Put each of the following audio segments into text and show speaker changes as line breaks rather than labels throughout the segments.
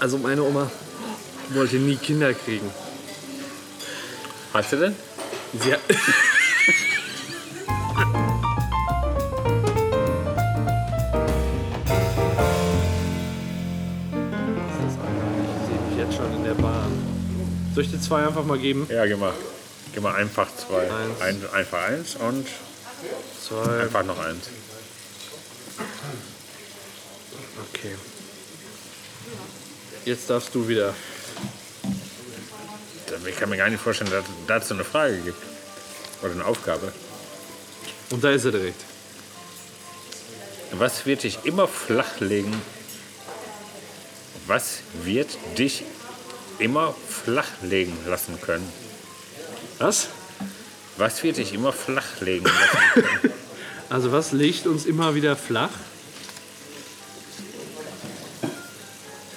Also meine Oma wollte nie Kinder kriegen.
Hast du denn?
Sie hat Das ist einer. Ich sehe mich jetzt schon in der Bahn. Soll ich dir zwei einfach mal geben?
Ja, geh mal. Geh mal einfach zwei.
Eins.
Ein, einfach eins und
Zwei.
einfach noch eins.
Okay. Jetzt darfst du wieder.
Ich kann mir gar nicht vorstellen, dass es dazu eine Frage gibt. Oder eine Aufgabe.
Und da ist er direkt.
Was wird dich immer flachlegen? Was wird dich immer flachlegen lassen können?
Was?
Was wird dich immer flachlegen lassen?
Also was legt uns immer wieder flach?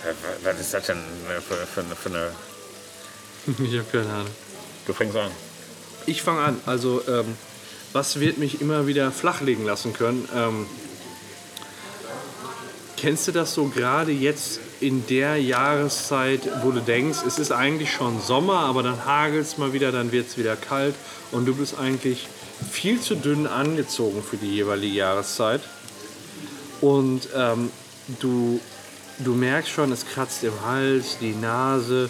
Äh, wa- Was ist das denn äh, für, für, eine- für eine...
ich habe keine Ahnung.
Du fängst an.
Ich fange an. Also, ähm, was wird mich immer wieder flachlegen lassen können? Ähm, kennst du das so gerade jetzt in der Jahreszeit, wo du denkst, es ist eigentlich schon Sommer, aber dann hagelt es mal wieder, dann wird es wieder kalt und du bist eigentlich viel zu dünn angezogen für die jeweilige Jahreszeit. Und ähm, du, du merkst schon, es kratzt im Hals, die Nase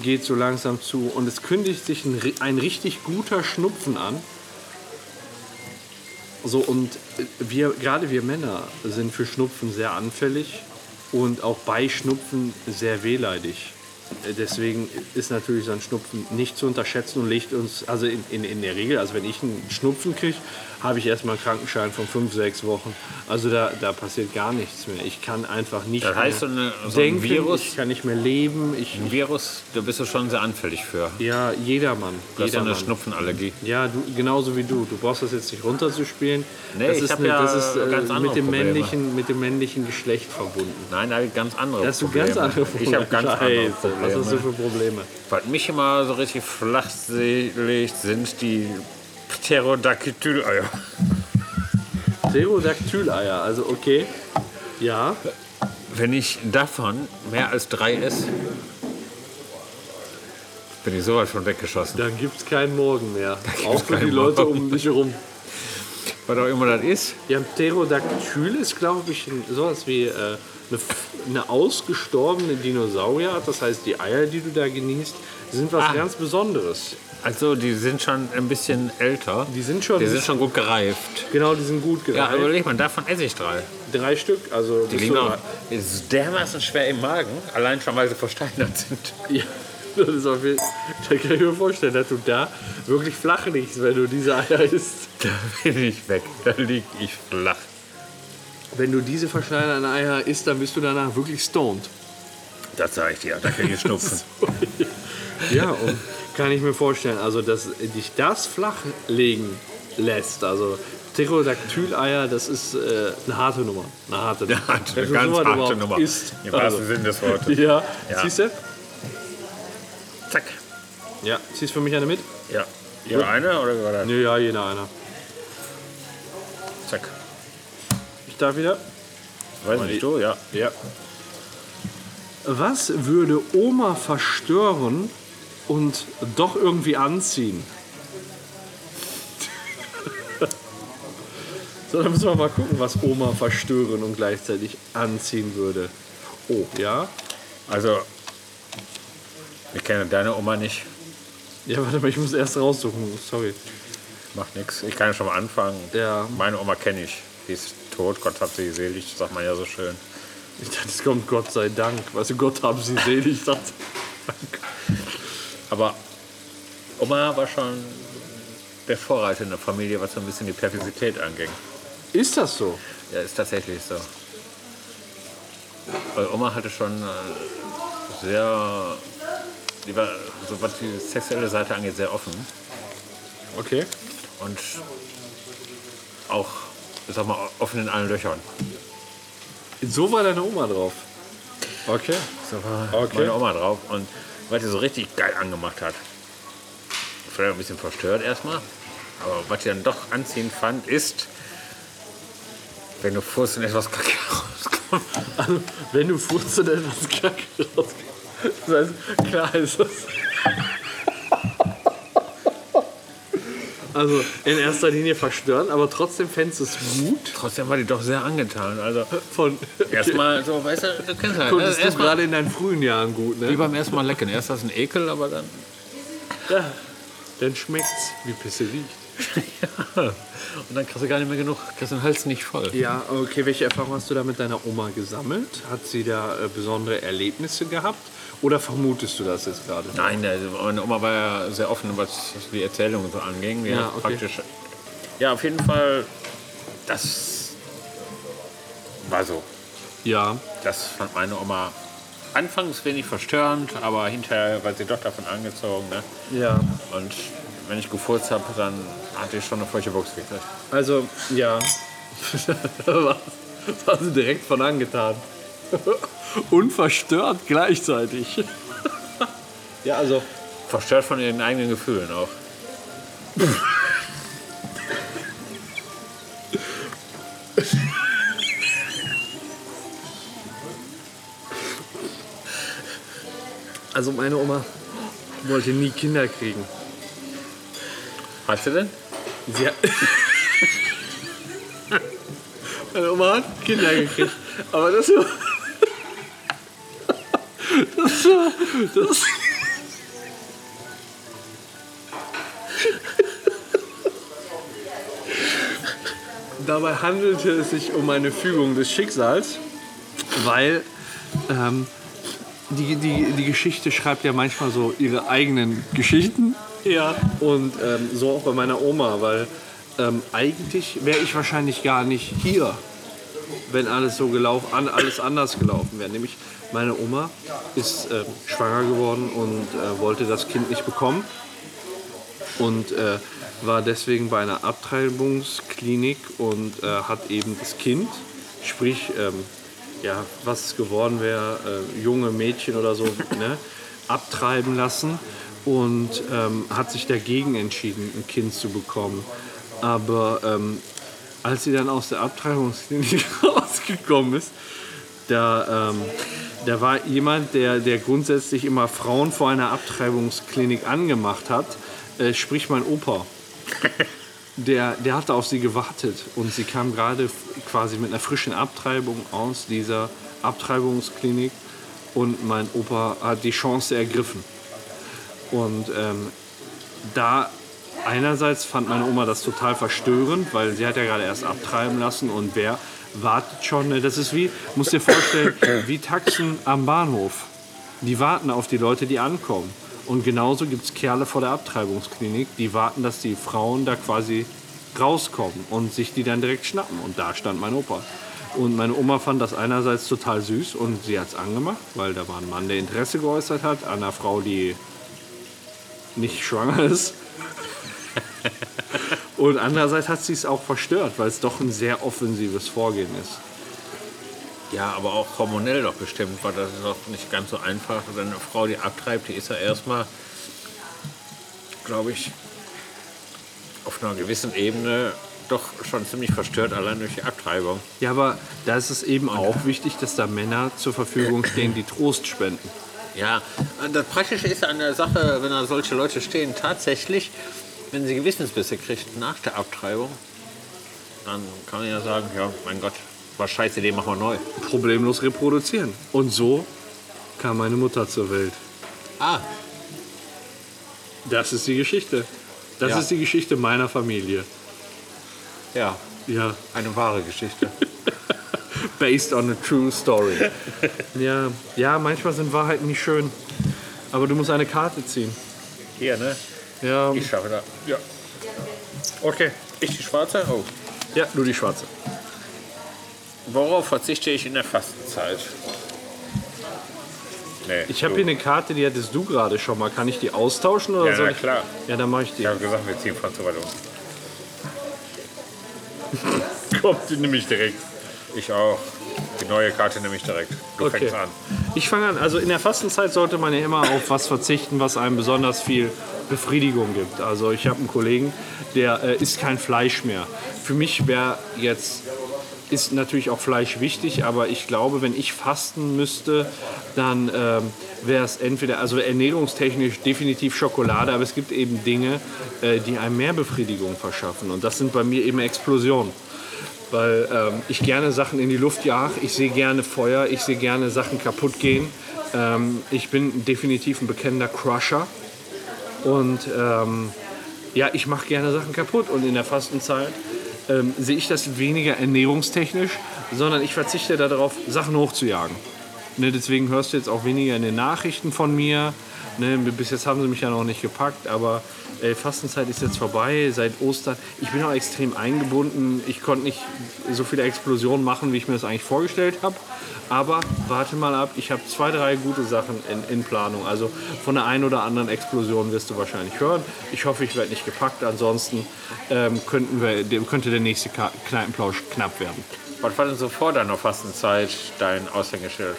geht so langsam zu und es kündigt sich ein, ri- ein richtig guter Schnupfen an. So und äh, wir, gerade wir Männer sind für Schnupfen sehr anfällig und auch bei Schnupfen sehr wehleidig. Äh, Deswegen ist natürlich so ein Schnupfen nicht zu unterschätzen und legt uns, also in, in, in der Regel, also wenn ich einen Schnupfen kriege, habe ich erstmal einen Krankenschein von fünf, sechs Wochen. Also da, da passiert gar nichts mehr. Ich kann einfach nicht
Das heißt, so,
mehr
eine, so ein
denken,
Virus,
ich kann nicht mehr leben, ich,
ein Virus, da bist du schon sehr anfällig für.
ja, jedermann.
Du hast so eine
jedermann.
Schnupfenallergie.
ja, du, genauso wie du. Du brauchst das jetzt nicht runterzuspielen.
Nee,
das
ich
ist,
hab
eine,
ja
das ist äh,
ganz andere
mit, dem
Probleme.
männlichen, mit dem männlichen Geschlecht verbunden.
Nein, da hab ich ganz andere
Da hast du
Probleme.
ganz andere Probleme.
Ich habe ganz andere
Scheiße, Was hast du
Probleme.
für Probleme?
Was mich immer so richtig flachselig sind die Pterodactyl-Eier.
Pterodactyleier, also okay. Ja,
Wenn ich davon mehr als drei esse, bin ich sowas schon weggeschossen.
dann gibt es keinen Morgen mehr.
gibt's
Auch für die
keinen
Leute
Morgen.
um dich herum.
Was auch immer das ist,
Ja, Pterodactyl ist, glaube ich, ein- sowas wie äh, eine, F- eine ausgestorbene Dinosaurierart. Das heißt, die Eier, die du da genießt, sind was
Ah.
ganz Besonderes.
also die sind schon ein bisschen älter.
Die sind schon-
die sind schon gut gereift.
Genau, die sind gut
Ja,
gereift.
überleg mal, davon esse ich drei.
Drei Stück, also
Die
bist
liegen
du-
auch ist dermaßen schwer im Magen, allein schon weil sie versteinert sind.
Ja, das ist auf jeden Da kann ich mir vorstellen, dass du da wirklich flach liegst, wenn du diese Eier isst.
Da bin ich weg, da lieg ich flach.
Wenn du diese verschneiderten Eier isst, dann bist du danach wirklich stoned.
Das sage ich dir, da kann ich schnupfen.
Ja, und kann ich mir vorstellen, also dass dich das flach legen lässt, also Pterodactyleier, das ist äh, eine harte Nummer. Eine harte Nummer.
Eine harte,
Wenn du
ganz
sowas
harte
überhaupt
Nummer.
Isst,
Im
also,
wahrsten Sinne des Wortes.
ja,
Ja.
siehst du?
Zack.
Ja, ziehst für mich eine mit?
Ja. Über eine oder über das?
Nö, ja, jeder einer.
Zack.
Ich darf wieder?
Weiß nicht, du? Ja.
Ja. Was würde Oma verstören und doch irgendwie anziehen? so, dann müssen wir mal gucken, was Oma verstören und gleichzeitig anziehen würde. Oh, ja?
Also, ich kenne deine Oma nicht.
Ja, warte mal, ich muss erst raussuchen. Sorry.
Macht nichts. Ich kann schon mal anfangen.
Ja.
Meine Oma kenne ich. Die ist tot. Gott hat sie selig, sagt man ja so schön.
Ich dachte, es kommt Gott sei Dank. Weißt du, Gott haben sie selig. Das.
Aber Oma war schon der Vorreiter in der Familie, was so ein bisschen die Perfizität anging.
Ist das so?
Ja, ist tatsächlich so. Weil Oma hatte schon äh, sehr, die war, so was die sexuelle Seite angeht, sehr offen.
Okay.
Und auch, ich sag mal, offen in allen Löchern.
So war deine Oma drauf. Okay.
So war
Okay.
meine Oma drauf. Und was sie so richtig geil angemacht hat. Vielleicht ein bisschen verstört erstmal. Aber was sie dann doch anziehend fand, ist, wenn du Fuß in etwas Kacke rauskommst.
Also, wenn du furzt, dann etwas Kacke raus. Das heißt, klar ist das. Also in erster Linie verstören, aber trotzdem fändest du es gut.
Trotzdem war die doch sehr angetan. Also
Von,
erstmal so, weißt du, du kennst halt.
konntest
Also
du
erstmal,
gerade in deinen frühen Jahren gut,
wie
ne?
beim ersten Mal lecken. Erst hast du einen Ekel, aber dann.
Ja. Dann schmeckt's, wie Pisse riecht.
ja. Und dann kriegst du gar nicht mehr genug, kriegst den Hals nicht voll.
Ja, okay. Welche Erfahrung hast du da mit deiner Oma gesammelt? Hat sie da äh, besondere Erlebnisse gehabt? Oder vermutest du das jetzt gerade?
Nein, also meine Oma war ja sehr offen, was die Erzählung und so anging. Die
Ja,
hat
okay.
praktisch. Ja, auf jeden Fall, das war so.
Ja.
Das fand meine Oma anfangs wenig verstörend, aber hinterher war sie doch davon angezogen. Ne?
Ja.
Und wenn ich gefurzt habe, dann hatte ich schon eine feuchte Box gekriegt.
Also, ja. Was? War sie direkt von angetan. Unverstört gleichzeitig. ja, also.
Verstört von ihren eigenen Gefühlen auch.
Also meine Oma wollte nie Kinder kriegen.
Hast du denn?
Sie hat meine Oma hat Kinder gekriegt. Aber das war. Das war. Das Dabei handelte es sich um eine Fügung des Schicksals, weil ähm, die, die, die Geschichte schreibt ja manchmal so ihre eigenen Geschichten. Ja. Und ähm, so auch bei meiner Oma, weil ähm, eigentlich wäre ich wahrscheinlich gar nicht hier, wenn alles so gelaufen, an, alles anders gelaufen wäre. Nämlich meine Oma ist ähm, schwanger geworden und äh, wollte das Kind nicht bekommen und äh, war deswegen bei einer Abtreibungsklinik und äh, hat eben das Kind, sprich, ähm, ja, was es geworden wäre, äh, junge Mädchen oder so, ne, abtreiben lassen und ähm, hat sich dagegen entschieden, ein Kind zu bekommen. Aber ähm, als sie dann aus der Abtreibungsklinik rausgekommen ist, da, ähm, da war jemand, der, der grundsätzlich immer Frauen vor einer Abtreibungsklinik angemacht hat, äh, sprich mein Opa. Der, der hatte auf sie gewartet und sie kam gerade f- quasi mit einer frischen Abtreibung aus dieser Abtreibungsklinik und mein Opa hat die Chance ergriffen. Und ähm, da einerseits fand meine Oma das total verstörend, weil sie hat ja gerade erst abtreiben lassen und wer wartet schon, ne? das ist wie, musst dir vorstellen, wie Taxen am Bahnhof. Die warten auf die Leute, die ankommen. Und genauso gibt es Kerle vor der Abtreibungsklinik, die warten, dass die Frauen da quasi rauskommen und sich die dann direkt schnappen. Und da stand mein Opa. Und meine Oma fand das einerseits total süß und sie hat es angemacht, weil da war ein Mann, der Interesse geäußert hat, an einer Frau, die nicht schwanger ist. Und andererseits hat sie es auch verstört, weil es doch ein sehr offensives Vorgehen ist.
Ja, aber auch hormonell doch bestimmt, weil das ist auch nicht ganz so einfach. Wenn eine Frau, die abtreibt, die ist ja erstmal, glaube ich, auf einer gewissen Ebene doch schon ziemlich verstört, allein durch die Abtreibung.
Ja, aber da ist es eben auch wichtig, dass da Männer zur Verfügung stehen, die Trost spenden.
Ja, das Praktische ist an der Sache, wenn da solche Leute stehen, tatsächlich, wenn sie Gewissensbisse kriegt nach der Abtreibung, dann kann man ja sagen, ja, mein Gott, was scheiße, den machen wir neu.
Problemlos reproduzieren. Und so kam meine Mutter zur Welt.
Ah,
Das ist die Geschichte. Das
Ja.
ist die Geschichte meiner Familie.
ja,
Ja.
eine wahre Geschichte.
Based on a true story. ja, ja, manchmal sind Wahrheiten nicht schön. Aber du musst eine Karte ziehen.
Hier, ne?
Ja,
Ich schaffe das. Ja. Okay. Ich die schwarze? Oh.
ja du die schwarze.
Worauf verzichte ich in der Fastenzeit? Nee,
Ich habe
du.
hier eine Karte, die hattest du gerade schon mal. Kann ich die austauschen oder
Ja,
soll
na
ich?
klar.
Ja, dann mache ich die.
Ich habe gesagt, wir ziehen Franz Oberlohn. um. Kommt, die nehme ich direkt. Ich auch. Die neue Karte nehme ich direkt. Du
Okay.
fängst an.
Ich fange an. Also in der Fastenzeit sollte man ja immer auf was verzichten, was einem besonders viel Befriedigung gibt. Also ich habe einen Kollegen, der äh, isst kein Fleisch mehr. Für mich wäre jetzt ist natürlich auch Fleisch wichtig, aber ich glaube, wenn ich fasten müsste, dann ähm, wäre es entweder, also ernährungstechnisch definitiv Schokolade, aber es gibt eben Dinge, äh, die einem mehr Befriedigung verschaffen. Und das sind bei mir eben Explosionen. Weil ähm, ich gerne Sachen in die Luft jag, ich sehe gerne Feuer, ich sehe gerne Sachen kaputt gehen. Ähm, ich bin definitiv ein bekennender Crusher. Und ähm, ja, ich mache gerne Sachen kaputt. Und in der Fastenzeit ähm, sehe ich das weniger ernährungstechnisch, sondern ich verzichte darauf, Sachen hochzujagen. Ne, deswegen hörst du jetzt auch weniger in den Nachrichten von mir. Ne, bis jetzt haben sie mich ja noch nicht gepackt, aber äh, Fastenzeit ist jetzt vorbei, seit Ostern. Ich bin auch extrem eingebunden. Ich konnte nicht so viele Explosionen machen, wie ich mir das eigentlich vorgestellt habe. Aber warte mal ab, ich habe zwei, drei gute Sachen in, in Planung. Also von der einen oder anderen Explosion wirst du wahrscheinlich hören. Ich hoffe, ich werde nicht gepackt. Ansonsten ähm, könnten wir, dem- könnte der nächste Ka- Kneipenplausch knapp werden.
Was war denn so vor deiner Fastenzeit dein Aushängeschild?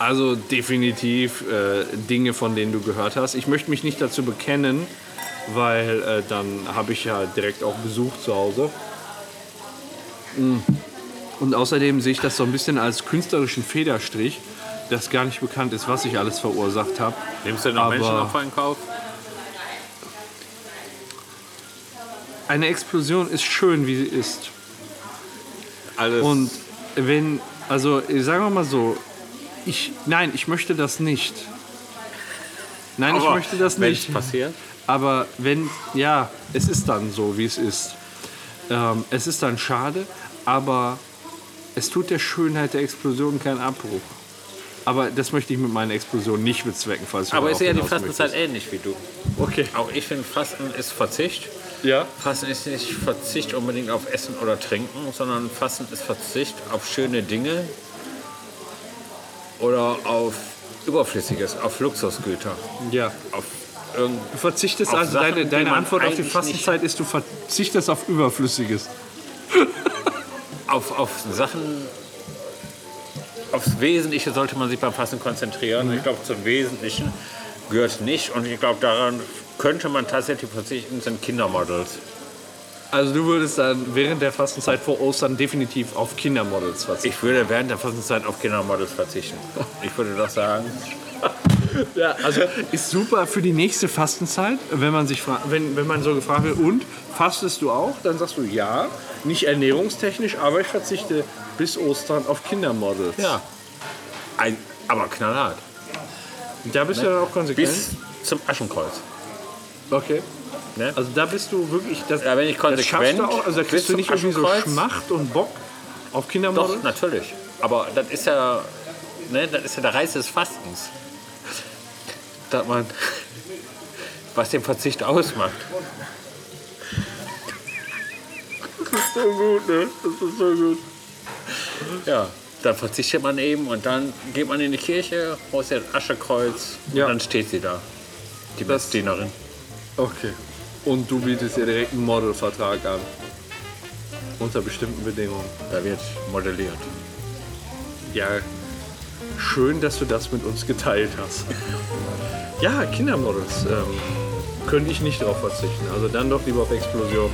Also definitiv äh, Dinge, von denen du gehört hast. Ich möchte mich nicht dazu bekennen, weil äh, dann habe ich ja direkt auch Besuch zu Hause. Mm. Und außerdem sehe ich das so ein bisschen als künstlerischen Federstrich, dass gar nicht bekannt ist, was ich alles verursacht habe.
Nimmst du noch
Aber-
Menschenopfer in Kauf?
Eine Explosion ist schön, wie sie ist.
Alles.
Und wenn, also äh, sagen wir mal so, ich, nein, ich möchte das nicht. Nein, ich
Aber
möchte das
wenn's
nicht.
passiert?
Aber wenn, ja, es ist dann so, wie es ist. Ähm, es ist dann schade, aber es tut der Schönheit der Explosion keinen Abbruch. Aber das möchte ich mit meinen Explosionen nicht bezwecken, falls du
Aber
darauf
ist ja die
hinaus
Fastenzeit
möchtest.
ähnlich wie du.
Okay.
Auch ich finde, Fasten ist Verzicht.
Ja.
Fasten ist nicht Verzicht unbedingt auf Essen oder Trinken, sondern Fasten ist Verzicht auf schöne Dinge oder auf Überflüssiges, auf Luxusgüter,
Ja.
auf irgend
Du verzichtest
Auf
also,
Sachen,
deine,
die
deine
man
Antwort auf die
eigentlich nicht-
Fastenzeit ist, du verzichtest auf Überflüssiges.
auf, auf Sachen, aufs Wesentliche sollte man sich beim Fasten konzentrieren. Ich glaube, zum Wesentlichen gehört nicht. Und ich glaube, daran könnte man tatsächlich verzichten, sind Kindermodels.
Also du würdest dann während der Fastenzeit vor Ostern definitiv auf Kindermodels verzichten.
Ich würde während der Fastenzeit auf Kindermodels verzichten. Ich würde doch sagen,
Ja, also ist super für die nächste Fastenzeit, wenn man sich fra- wenn, wenn man so gefragt wird, und fastest du auch? Dann sagst du ja, nicht ernährungstechnisch, aber ich verzichte bis Ostern auf Kindermodels.
ja, ein, aber knallhart. Hm?
Da bist du dann auch konsequent.
Bis zum Aschenkreuz.
okay.
Ne?
Also da bist du wirklich das,
Ja, wenn ich
das schaffst
konsequent
du auch, also da
bis
kriegst du
zum
nicht irgendwie so
Aschenkreuz.
Schmacht und Bock auf Kindermodels.
Doch, natürlich. Aber das ist ja, ne, das ist ja der Reiz des Fastens. Dass man, was den Verzicht ausmacht.
so gut, ne? Das ist so gut.
Ja, dann verzichtet man eben und dann geht man in die Kirche, holt ihr Aschekreuz
Ja.
und dann steht sie da. Die
Das-
Messdienerin.
Okay. Und du bietest ihr direkt einen Modelvertrag an. Unter bestimmten Bedingungen.
Da wird modelliert.
Ja, schön, dass du das mit uns geteilt hast. ja, Kindermodels. Ähm, könnte ich nicht drauf verzichten. Also dann doch lieber auf Explosion.